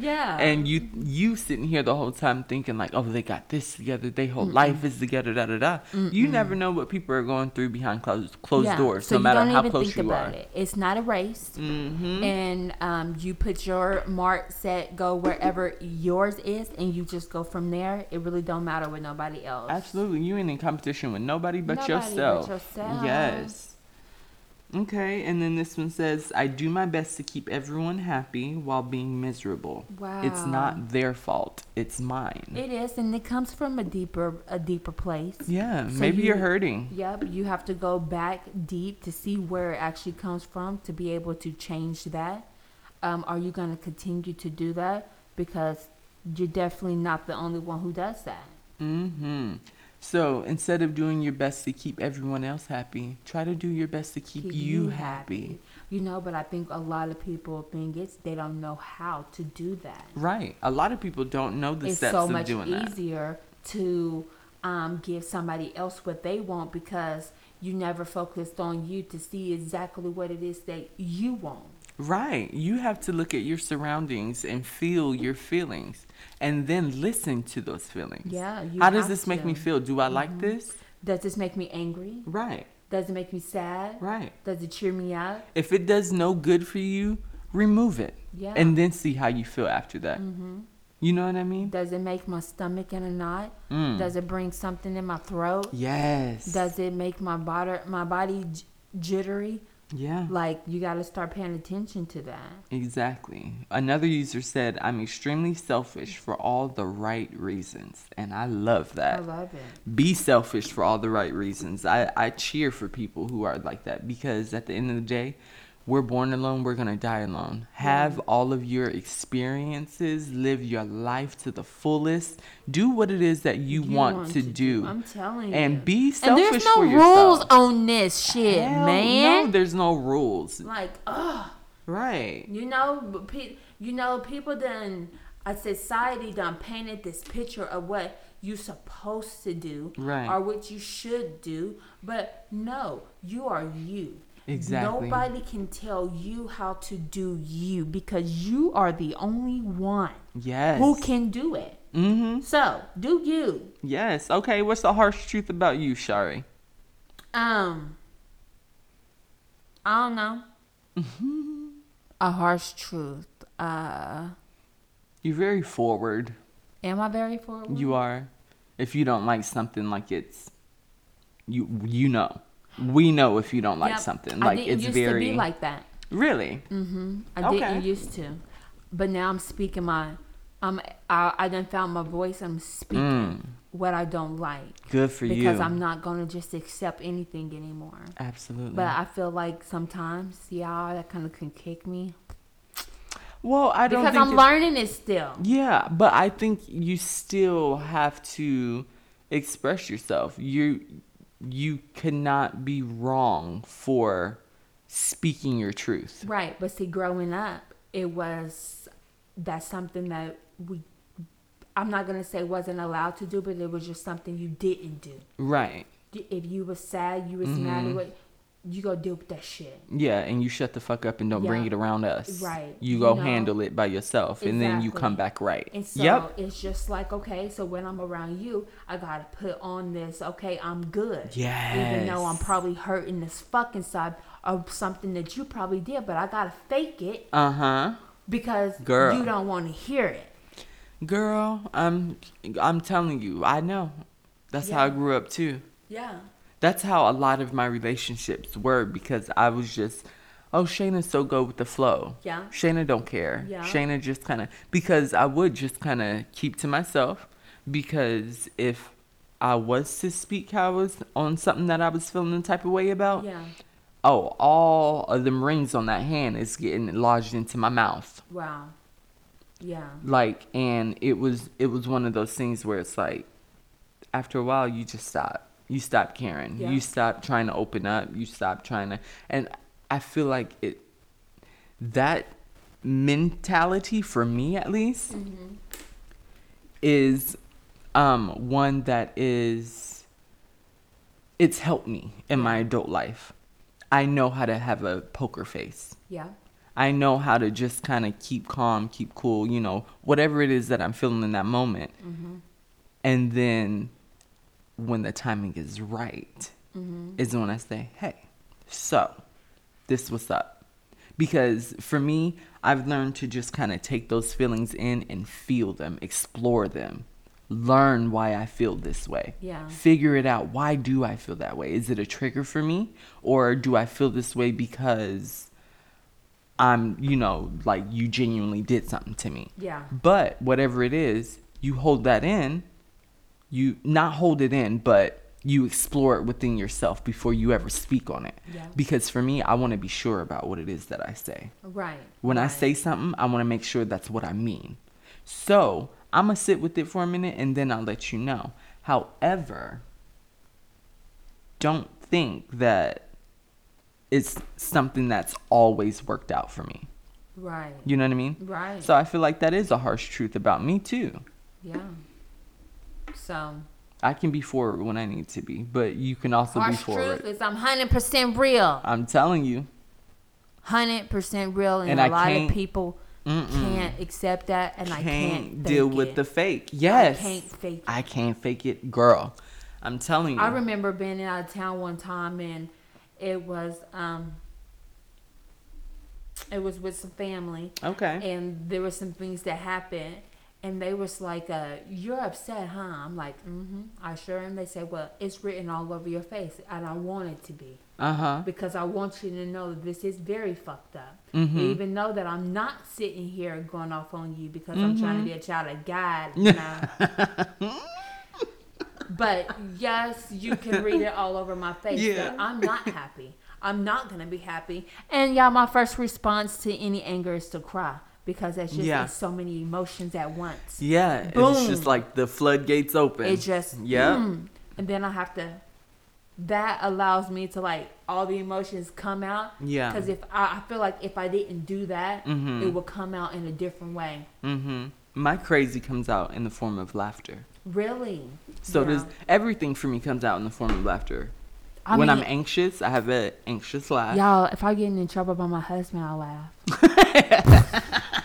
S1: Yeah.
S2: And you you sitting here the whole time thinking like, oh, they got this together. Their whole life is together. Da da da. You never know what people are going through behind closed closed
S1: Yeah,
S2: doors,
S1: so
S2: no
S1: you
S2: matter
S1: don't
S2: how
S1: even
S2: close
S1: think
S2: you
S1: about
S2: are. Mm-hmm.
S1: It. It's not a race, and um, you put your mark set go wherever yours is, and you just go from there. It really don't matter with nobody else.
S2: Absolutely, you ain't in competition with nobody but
S1: Nobody but
S2: yourself.
S1: yourself.
S2: Yes. Okay, and then this one says, "I do my best to keep everyone happy while being miserable. It's
S1: Wow.
S2: not their fault. It's mine.
S1: It is, and it comes from a deeper, a deeper place.
S2: yeah,
S1: So
S2: maybe you, are
S1: you-
S2: hurting.
S1: Yep, you have to go back deep to see where it actually comes from to be able to change that. Um, are you going to continue to do that? Because you're definitely not the only one who does that.
S2: Mm-hmm. So instead of doing your best to keep everyone else happy, try to do your best to keep, you happy.
S1: You know, but I think a lot of people think it's they don't know how to do that.
S2: Right. A lot of people don't know the
S1: it's
S2: steps
S1: so
S2: of
S1: much
S2: doing that.
S1: easier to um, give somebody else what they want because you never focused on you to see exactly what it is that you want.
S2: Right. You have to look at your surroundings and feel your feelings and then listen to those feelings.
S1: Yeah, you
S2: How does
S1: have
S2: this make me
S1: to. Mm-hmm.
S2: feel? Do I like this?
S1: Does this make me angry?
S2: Right.
S1: Does it make me sad?
S2: Right.
S1: Does it cheer me up?
S2: If it does no good for you, remove it.
S1: Yeah. Mm-hmm.
S2: And then see how you feel after that. You know what I mean?
S1: Does it make my stomach in a knot?
S2: Mm.
S1: Does it bring something in my throat?
S2: Yes.
S1: Does it make my body my body j- jittery?
S2: yeah.
S1: Like you got to start paying attention to that.
S2: Exactly. Another user said, I'm extremely selfish for all the right reasons. And I love
S1: I
S2: that.
S1: love it.
S2: Be selfish for all the right reasons. I, I cheer for people who are like that because at the end of the day, we're born alone, we're going to die alone. Have all of your experiences, live your life to the fullest, do what it is that you, want, to, do.
S1: I'm telling
S2: and
S1: you.
S2: be
S1: And
S2: selfish
S1: there's no
S2: for
S1: rules
S2: yourself.
S1: on this shit,
S2: Hell
S1: man.
S2: No, there's no rules.
S1: Like, ugh.
S2: Right.
S1: You know, but pe- you know, people done a society done painted this picture of what you supposed to do
S2: Right.
S1: or what you should do, but no, you are you.
S2: Exactly.
S1: Nobody can tell you how to do you because you are the only one
S2: Yes.
S1: who can do it.
S2: Mm-hmm.
S1: So do you.
S2: Yes. Okay. What's the harsh truth about you, Shari?
S1: Um, I don't know. a harsh truth. Uh,
S2: You're very forward.
S1: am I very forward?
S2: You are. If you don't like something, like it's you. You know. We know if you don't like
S1: Yep.
S2: something. Like
S1: I didn't
S2: it's
S1: used
S2: very.
S1: to be like that.
S2: really.
S1: hmm I
S2: Okay.
S1: didn't used to, but now I'm speaking my. I'm. I, I done found my voice. I'm speaking
S2: Mm.
S1: what I don't like
S2: Good for you.
S1: because I'm not gonna just accept anything anymore.
S2: Absolutely.
S1: But I feel like sometimes, y'all, that kind of can kick me
S2: well, I don't
S1: because
S2: think
S1: I'm
S2: it-
S1: learning it still.
S2: Yeah, but I think you still have to express yourself. You you cannot be wrong for speaking your truth.
S1: Right, but see, growing up, it was that's something that we. I'm not gonna say wasn't allowed to do, but it was just something you didn't do.
S2: Right. Mm-hmm.
S1: if you was sad, you was mad at what you go deal with that shit.
S2: Yeah, and you shut the fuck up and don't bring
S1: Yeah.
S2: it around us.
S1: Right.
S2: You
S1: You
S2: go
S1: know.
S2: handle it by yourself, and then you
S1: Exactly.
S2: come back right.
S1: And so
S2: yep.
S1: it's just like, okay, so when I'm around you, I gotta put on this, okay, I'm good. Even though I'm
S2: Yes.
S1: probably hurting this fucking side of something that you probably did, but I gotta fake it
S2: Uh
S1: Uh-huh.
S2: huh.
S1: because
S2: Girl.
S1: you don't wanna hear it.
S2: Girl, I'm I'm telling you, I know. That's how I
S1: Yeah.
S2: grew up too.
S1: Yeah.
S2: That's how a lot of my relationships were because I was just, oh, Shayna's so go with the flow.
S1: Yeah.
S2: Shayna don't care.
S1: Yeah.
S2: Shayna just kind of because I would just kind of keep to myself because if I was to speak how I was on something that I was feeling the type of way about,
S1: Yeah.
S2: oh, all of them rings on that hand is getting lodged into my mouth
S1: Wow. Yeah.
S2: like and it was it was one of those things where it's like after a while you just stop you stop caring
S1: Yeah.
S2: you stop trying to open up you stop trying to and i feel like it that mentality for me at least is um one that is it's helped me in my adult life i know how to have a poker face
S1: Yeah.
S2: I know how to just kind of keep calm, keep cool, you know, whatever it is that I'm feeling in that moment. And then when the timing is right, is when I say, hey, so this what's up. Because for me, I've learned to just kind of take those feelings in and feel them, explore them, learn why I feel this way
S1: Yeah.
S2: figure it out. Why do I feel that way? Is it a trigger for me? Or do I feel this way because I'm, you know, like you genuinely did something to me?
S1: Yeah.
S2: But whatever it is, you hold that in. You not hold it in, but you explore it within yourself before you ever speak on it.
S1: Yeah.
S2: Because for me, I want to be sure about what it is that I say.
S1: Right.
S2: When I
S1: right.
S2: say something, I want to make sure that's what I mean. So I'm going to sit with it for a minute and then I'll let you know. However, don't think that it's something that's always worked out for me.
S1: Right.
S2: You know what I mean?
S1: Right.
S2: So I feel like that is a harsh truth about me too.
S1: yeah. So
S2: I can be forward when I need to be, but you can also be
S1: harsh
S2: forward.
S1: truth is I'm hundred percent real.
S2: I'm telling you.
S1: Hundred percent real and,
S2: And
S1: a
S2: I
S1: lot of
S2: can't-
S1: people
S2: Mm-mm.
S1: can't accept that and I can't
S2: deal
S1: fake
S2: with
S1: it.
S2: the fake. Yes.
S1: can't fake it.
S2: I can't fake it, girl. I'm telling you.
S1: I remember being out of town one time and it was um it was with some family
S2: okay.
S1: and there were some things that happened and they was like uh you're upset huh i'm like mm-hmm i sure am they said well it's written all over your face and i want it to be
S2: Uh huh.
S1: because i want you to know that this is very fucked up
S2: Mm-hmm.
S1: even know that i'm not sitting here going off on you because i'm trying
S2: Mm-hmm.
S1: to be a child of god you know? but yes you can read it all over my face
S2: Yeah.
S1: but i'm not happy i'm not gonna be happy and y'all my first response to any anger is to cry because that's just
S2: Yeah.
S1: it's so many emotions at once
S2: Yeah. It's just
S1: Boom.
S2: like the floodgates open.
S1: it just
S2: Yeah.
S1: mm. and then i have to that allows me to like all the emotions come out
S2: Yeah.
S1: because if I, I feel like if i didn't do that
S2: Mhm.
S1: it would come out in a different way
S2: Mm-hmm. My crazy comes out in the form of laughter.
S1: really
S2: So
S1: Yeah.
S2: does everything for me comes out in the form of laughter.
S1: I
S2: when
S1: mean-
S2: I'm anxious, I have an anxious laugh.
S1: y'all if i get in trouble by my husband i laugh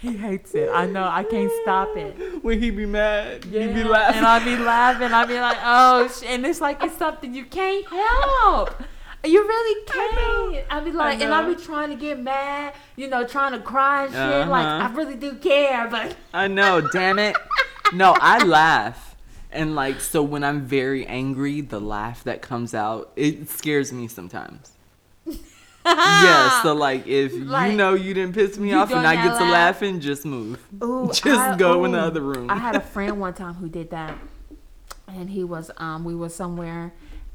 S1: he hates it i know i can't stop it
S2: When he be mad, you be
S1: Yeah,
S2: laughing.
S1: And I'll be laughing. I'll be like, oh, sh-. and it's like it's something you can't help. You really can't. I'll be like, and I'll
S2: know.
S1: be trying to get mad, you know, trying to cry and shit. Like,
S2: Uh-huh.
S1: I really do care, but
S2: I know, damn it. No, I laugh. And like so when I'm very angry, the laugh that comes out, it scares me sometimes. yeah, so like if
S1: Like,
S2: you know you didn't piss me
S1: you
S2: off and
S1: doing
S2: I
S1: that
S2: get to
S1: laugh?
S2: laughing, just move.
S1: Ooh,
S2: just
S1: I-
S2: go in
S1: ooh.
S2: the other room.
S1: I had a friend one time who did that, and he was um we were somewhere,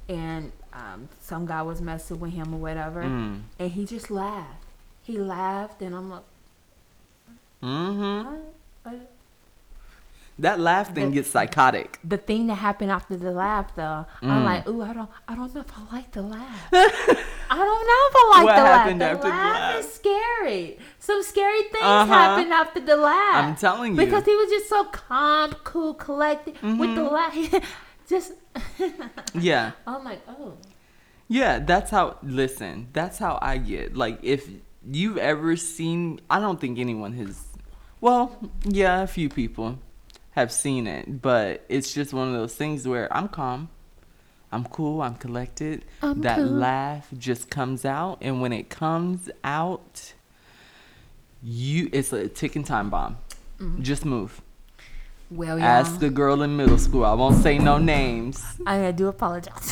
S1: and um some guy was messing with him or whatever,
S2: Mm.
S1: and he just laughed. He laughed, and I'm like,
S2: hmm
S1: what? what?
S2: That laugh thing
S1: The-
S2: gets psychotic.
S1: the thing that happened after the laugh though,
S2: Mm.
S1: I'm like, ooh, I don't, I don't know if I like the laugh. I don't know if I like
S2: What
S1: the laugh.
S2: happened
S1: The
S2: after the
S1: laugh,
S2: laugh?
S1: is scary. Some scary things
S2: Uh-huh.
S1: happened after the laugh.
S2: I'm telling you.
S1: because he was just so calm, cool, collected with the laugh. just,
S2: Mm-hmm. Yeah.
S1: I'm like, oh,
S2: Yeah, that's how. Listen, that's how I get. Like, if you've ever seen, I don't think anyone has. Well, yeah, a few people have seen it, but it's just one of those things where I'm calm, I'm cool, I'm collected.
S1: I'm
S2: that
S1: cool.
S2: laugh just comes out, and when it comes out, you it's a ticking time bomb.
S1: Mm-hmm.
S2: Just move.
S1: Well, yeah.
S2: Ask the girl in middle school. I won't say no names.
S1: I, I do apologize.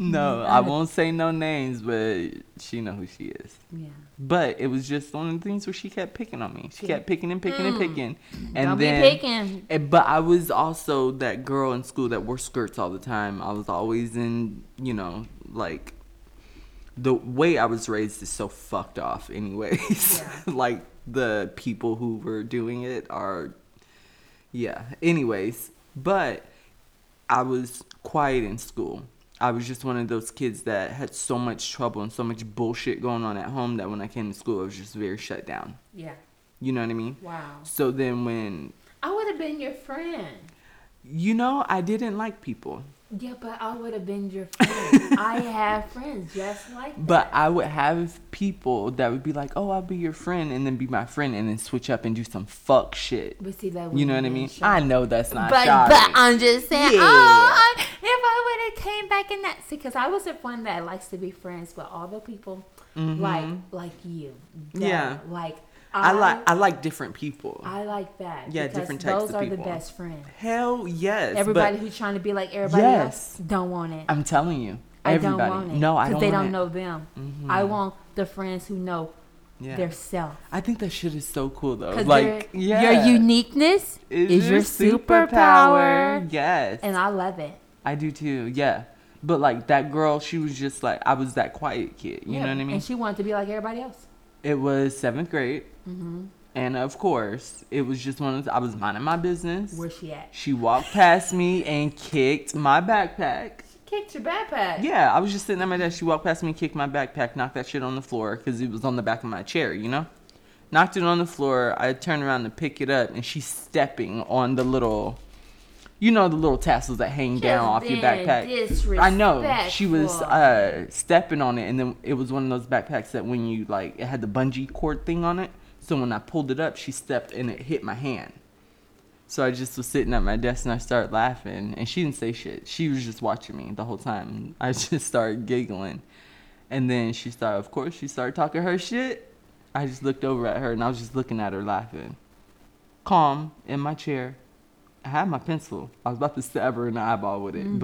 S2: No,
S1: Mm-hmm.
S2: I won't say no names, but she know who she is.
S1: yeah.
S2: But it was just one of the things where she kept picking on me. She
S1: Yeah.
S2: kept picking and picking and picking, and
S1: Mm. Don't
S2: then.
S1: be picking.
S2: and- But I was also that girl in school that wore skirts all the time. I was always in, you know, like the way I was raised is so fucked off, anyways. like the people who were doing it are, yeah. Anyways, but I was quiet in school. I was just one of those kids that had so much trouble and so much bullshit going on at home that when I came to school, I was just very shut down.
S1: Yeah.
S2: You know what I mean?
S1: Wow.
S2: So then when
S1: I would have been your friend.
S2: you know, I didn't like people,
S1: Yeah, but I would have been your friend. I have friends just like that.
S2: but I would have people that would be like, "Oh, I'll be your friend," and then be my friend, and then switch up and do some fuck shit.
S1: But see that
S2: You know what I
S1: wouldn't
S2: mean?
S1: be
S2: I
S1: shit.
S2: know that's not.
S1: But
S2: Shari.
S1: but I'm just saying.
S2: Yeah.
S1: Oh, I- if I would have came back in that, see, because I was the one that likes to be friends with all the people, like like you. Duh.
S2: Mm-hmm. Yeah.
S1: Like
S2: I like I like different people.
S1: I like that.
S2: Yeah,
S1: because
S2: different types
S1: Those
S2: of
S1: are the
S2: people.
S1: best friends.
S2: Hell yes. but-
S1: Everybody who's trying to be like everybody
S2: Yes.
S1: else don't want it.
S2: I'm telling you.
S1: I
S2: Everybody.
S1: don't want it.
S2: No, I don't.
S1: Because they
S2: want
S1: don't
S2: it.
S1: know them.
S2: Mm-hmm.
S1: I want the friends who know
S2: Yeah.
S1: their self.
S2: I think that shit is so cool though.
S1: Because
S2: Like yeah.
S1: your uniqueness
S2: It's
S1: is your superpower.
S2: Yes.
S1: And I love it.
S2: I do too. Yeah. But like that girl, she was just like I was that quiet kid. You
S1: Yeah,
S2: know what I mean?
S1: And she wanted to be like everybody else.
S2: it was seventh grade, and of course, it was just one of the, I was minding my business.
S1: Where's she at?
S2: She walked past me and kicked my backpack.
S1: She kicked your backpack.
S2: Yeah, I was just sitting at my desk. She walked past me, kicked my backpack, knocked that shit on the floor because it was on the back of my chair, you know? Knocked it on the floor. I turned around to pick it up, and she's stepping on the little, you know, the little tassels that hang down off your
S1: being
S2: backpack. I know. She was
S1: disrespectful.
S2: uh, stepping on it, and then it was one of those backpacks that when you, like, it had the bungee cord thing on it. So when I pulled it up, she stepped and it hit my hand. So I just was sitting at my desk and I started laughing, and she didn't say shit. She was just watching me the whole time. I just started giggling, and then she started. Of course, she started talking her shit. I just looked over at her and I was just looking at her laughing, calm in my chair. I had my pencil. I was about to stab her in the eyeball with it,
S1: Mm-hmm.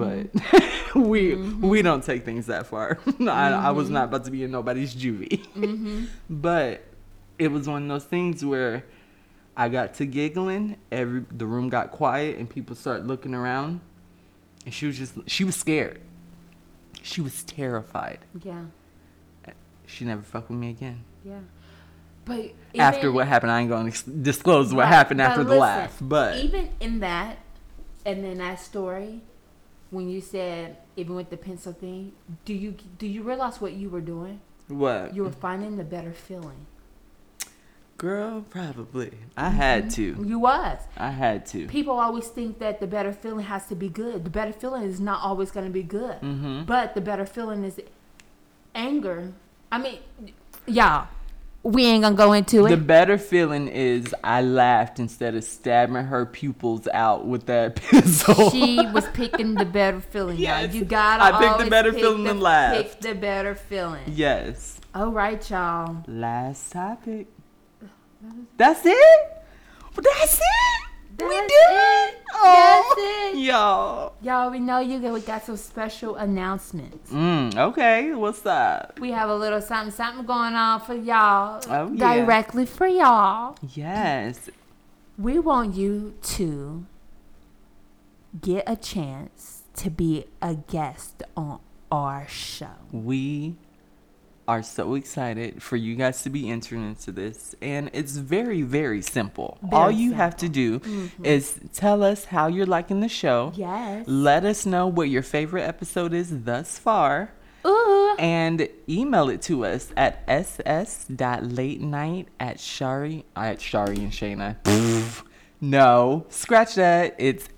S2: but we we don't take things that far. I, I
S1: Mm-hmm.
S2: was not about to be in nobody's juvie, but it was one of those things where I got to giggling. Every the room got quiet and people started looking around, and she was just she was scared. She was terrified.
S1: Yeah.
S2: She never fucked with me again.
S1: Yeah. But even,
S2: after what happened, I ain't gonna ex- disclose what
S1: Right,
S2: happened
S1: but
S2: after the
S1: listen, e-
S2: laugh. But
S1: even in that, and then that story, when you said even with the pencil thing, do you do you realize what you were doing?
S2: what,
S1: You were finding the better feeling.
S2: girl? Probably. I
S1: Mm-hmm.
S2: had to.
S1: You was.
S2: I had to.
S1: People always think that the better feeling has to be good. The better feeling is not always going to be good.
S2: Mm-hmm.
S1: But the better feeling is anger. I mean, y'all, we ain't going to go into
S2: The
S1: it.
S2: better feeling is I laughed instead of stabbing her pupils out with that pencil.
S1: she was picking the better feeling.
S2: Yes.
S1: y'all. You got to
S2: I picked the better feeling
S1: the,
S2: and laughed.
S1: Pick the better feeling.
S2: yes.
S1: All right, y'all.
S2: Last topic. That's it. That's it. we
S1: That's
S2: did
S1: it.
S2: it. Oh,
S1: That's it.
S2: y'all.
S1: Y'all, we know you got- we got some special announcements.
S2: Mm, okay, what's up?
S1: We have a little something something going on for y'all.
S2: Oh, yeah.
S1: Directly for y'all.
S2: Yes.
S1: We want you to get a chance to be a guest on our show.
S2: We are so excited for you guys to be entering into this. And it's very, very simple. All
S1: Very Mm-hmm.
S2: you have to do is tell us how you're liking the show.
S1: Yes.
S2: Let us know what your favorite episode is thus far.
S1: Ooh.
S2: And email it to us at ss.late night at Shari at Shari and Shayna. No, scratch that. It's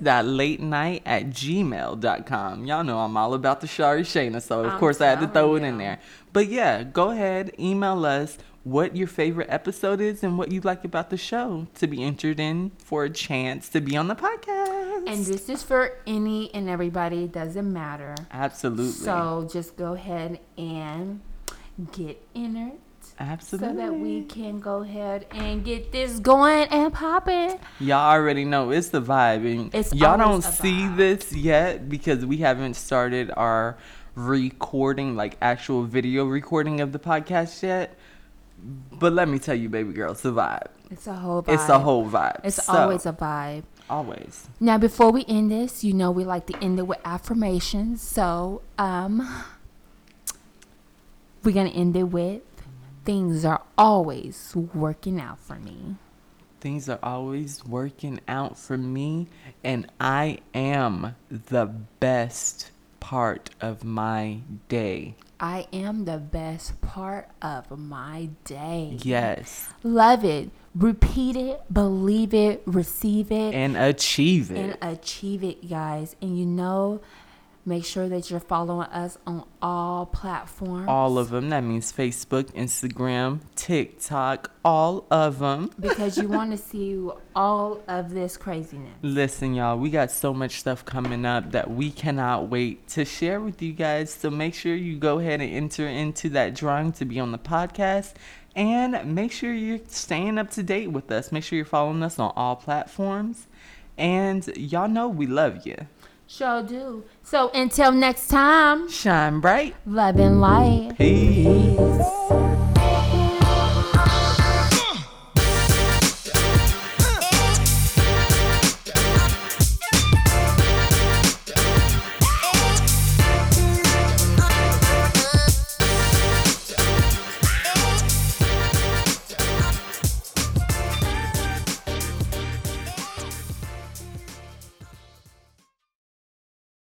S2: ss.latenight at gmail.com. Y'all know I'm all about the Shari Shayna, so of
S1: I'm
S2: course I had to throw
S1: telling
S2: it in
S1: y'all.
S2: there. But yeah, go ahead, email us what your favorite episode is and what you like about the show to be entered in for a chance to be on the podcast.
S1: And this is for any and everybody. It doesn't matter.
S2: Absolutely.
S1: So just go ahead and get entered.
S2: Absolutely.
S1: So that we can go ahead and get this going and popping.
S2: Y'all already know it's the vibe. And
S1: It's
S2: y'all don't
S1: always a
S2: see
S1: vibe.
S2: this yet because we haven't started our recording, like actual video recording of the podcast yet. But let me tell you, baby girl, it's a vibe.
S1: It's a whole vibe.
S2: It's a whole vibe.
S1: It's
S2: So,
S1: always a vibe.
S2: always.
S1: Now, before we end this, you know we like to end it with affirmations. So, um, we're gonna end it with things are always working out for me.
S2: Things are always working out for me, and I am the best part of my day.
S1: I am the best part of my day.
S2: Yes,
S1: Love it. Repeat it. Believe it. Receive it.
S2: and achieve it.
S1: and achieve it, guys. And you know, make sure that you're following us on all platforms.
S2: All of them. That means Facebook, Instagram, TikTok, all of them.
S1: because you want to see all of this craziness.
S2: Listen, y'all, we got so much stuff coming up that we cannot wait to share with you guys. So make sure you go ahead and enter into that drawing to be on the podcast. And make sure you're staying up to date with us. Make sure you're following us on all platforms. And y'all know we love you.
S1: Sure do. So until next time,
S2: Shine bright.
S1: love and light.
S2: Peace.
S1: Peace.